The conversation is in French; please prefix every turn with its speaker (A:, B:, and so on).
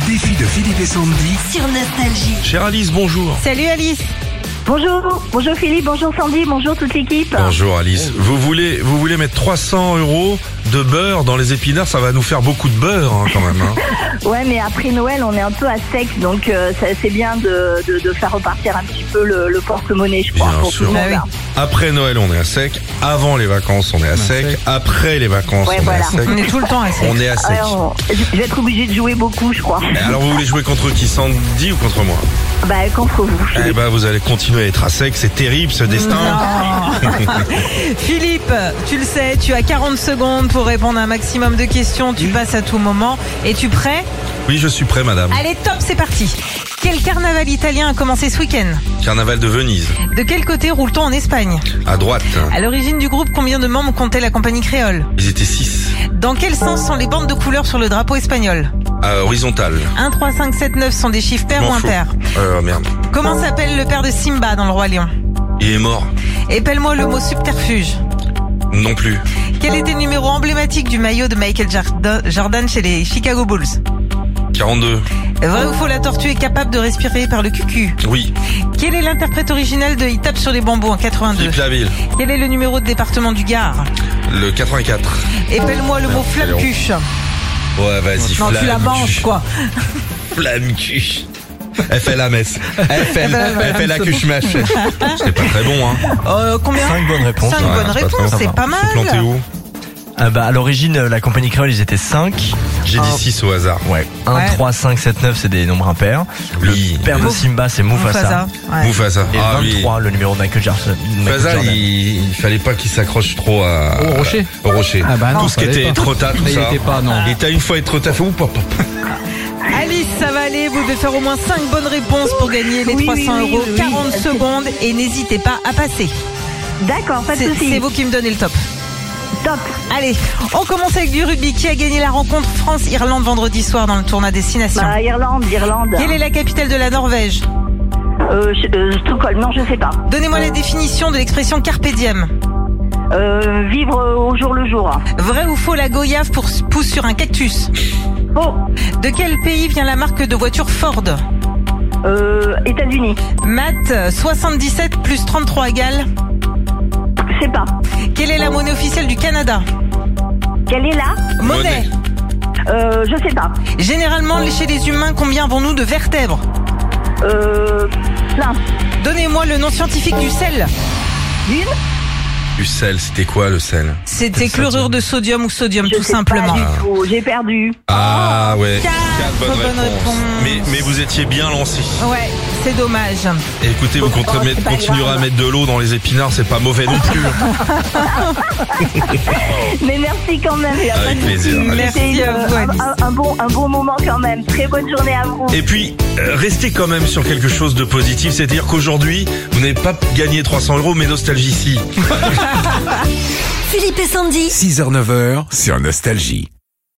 A: Philippe et Sandy.
B: sur Nostalgie.
C: Chère Alice, bonjour.
D: Salut Alice
E: Bonjour, bonjour Philippe, bonjour Sandy, bonjour toute l'équipe.
C: Bonjour Alice. Vous voulez, vous voulez mettre 300 euros de beurre dans les épinards, ça va nous faire beaucoup de beurre hein, quand même. hein.
E: Ouais, mais après Noël, on est un peu à sec, donc euh, ça- c'est bien de, de- de faire repartir un petit peu le, le porte-monnaie, je crois,
C: Bien
E: pour
C: sûr.
E: tout le monde.
D: Bah
E: hein.
C: Après Noël, on est à sec. Avant les vacances, on est à sec. Après les vacances,
E: Ouais,
C: on est à
E: voilà.
D: On
C: sec.
D: est tout le temps à sec.
C: On est à sec.
E: Alors, je je vais être obligée de jouer beaucoup, je crois.
C: Et Alors vous voulez jouer contre qui Sandy ou contre moi
E: Bah, contre vous.
C: Eh
E: Philippe.
C: ben vous allez continuer à être à sec, c'est terrible ce destin.
D: Philippe, tu le sais, tu as 40 secondes pour répondre à un maximum de questions. Tu passes à tout moment. Es-tu prêt
C: Oui, je suis prêt madame.
D: Allez, top, c'est parti. Quel carnaval italien a commencé ce week-end
C: Carnaval de Venise,
D: De quel côté roule-t-on en Espagne
C: à droite.
D: À l'origine du groupe, combien de membres comptait la compagnie créole
C: Ils étaient 6.
D: Dans quel sens sont les bandes de couleur sur le drapeau espagnol
C: À horizontal.
D: 1, 3, 5, 7, 9 sont des chiffres
C: Je
D: pairs ou
C: m'en fous.
D: impairs.
C: Euh, merde.
D: Comment s'appelle le père de Simba dans le Roi Lion
C: Il est mort.
D: Épelle-moi le mot subterfuge.
C: Non plus.
D: Quel était le numéro emblématique du maillot de Michael Jardo- Jordan chez les Chicago Bulls
C: 42.
D: Vrai ou faux, la tortue est capable de respirer par le cucu
C: Oui.
D: Quel est l'interprète original de Il tape sur les bambous en 82
C: Philippe Laville.
D: Quel est le numéro de département du Gard
C: Le 84.
D: Épelle-moi le mot
C: allez, on-
D: flamcuche.
C: Ouais, vas-y,
D: Non, tu la manges, quoi.
C: Flamme cuche. Elle fait la messe. Elle fait,
D: ben, voilà,
C: la cuche mâche. C'était pas très bon, hein.
D: Euh, combien
F: Cinq bonnes réponses.
D: Cinq
C: Ouais,
D: bonnes
C: c'est pas
D: réponses,
C: très
D: c'est pas mal.
C: Vous plantez où
F: Ah bah, à l'origine, euh, la compagnie créole, ils étaient 5.
C: J'ai dit 6 au hasard.
F: Ouais. 1,
D: Oh. Ouais.
F: 3, 5, 7, 9, c'est des nombres impairs.
C: Oui.
F: Le père de
D: Mouf-
F: Simba, c'est
D: Ouf à ça,
F: Mufasa.
D: ouais.
C: Mufasa.
F: Et
C: Ah oui.
F: 23, le numéro de Michael Jordan. Michael
C: Mufasa,
F: Jordan.
C: il, il fallait pas qu'il s'accroche trop à,
G: Au rocher.
C: au rocher.
G: Ah bah non,
C: tout ce qui
G: fallait
C: était
G: pas.
C: trop tard, tout
G: Mais il
C: ça.
G: était pas, non.
C: Il était une fois être trop tard, fait oup, oup, oup.
D: Alice, ça va aller. Vous devez faire au moins 5 bonnes réponses pour gagner les
E: Oui,
D: 300
E: oui, oui,
D: euros.
E: oui, oui.
D: 40 secondes et n'hésitez pas à passer.
E: D'accord, pas de
D: C'est c'est
E: soucis.
D: vous qui me donnez le top.
E: Top.
D: Allez, on commence avec du rugby. Qui a gagné la rencontre France-Irlande vendredi soir dans le tournoi Destination
E: Bah, Irlande, Irlande.
D: Quelle est la capitale de la Norvège
E: Euh, je- euh, Stockholm, non, je sais pas.
D: Donnez-moi la définition de l'expression carpe diem.
E: Euh, vivre euh, au jour le jour.
D: Vrai ou faux, la goyave pour- pousse sur un cactus
E: Oh,
D: De quel pays vient la marque de voiture Ford
E: euh, États-Unis,
D: Math, 77 plus 33 égale.
E: je sais pas.
D: Quelle est la monnaie officielle du Canada
E: Quelle est là
D: Monnaie.
C: Monnaie.
E: euh, Je sais pas.
D: Généralement, chez les humains, combien avons-nous de vertèbres
E: Euh, plein.
D: Donnez-moi le nom scientifique du sel.
C: Du sel, c'était quoi le sel
D: C'était chlorure de sodium ou sodium,
E: Je
D: tout
E: sais pas
D: simplement.
E: du tout, J'ai perdu.
C: Ah ouais.
D: Oh, Quatre bonnes réponses.
C: Mais, mais vous étiez bien lancé.
D: Ouais, c'est dommage.
C: Et écoutez, vous contre-
E: Oh, c'est pas
C: continuerez
E: grave.
C: à mettre de l'eau dans les épinards, c'est pas mauvais non plus. hein.
E: Mais merci quand même.
D: Ah,
E: il y a
C: Avec
E: pas de
C: plaisir,
E: souci.
C: Alice.
E: C'était
D: Merci à
E: une-
D: vous,
E: un-
D: Alice.
E: Un, un bon, un bon moment quand même. Très bonne journée à vous.
C: Et puis, euh, restez quand même sur quelque chose de positif, c'est-à-dire qu'aujourd'hui, vous n'avez pas gagné 300 euros, mais nostalgie si.
B: Philippe et Sandy.
A: 6h, 9h sur Nostalgie.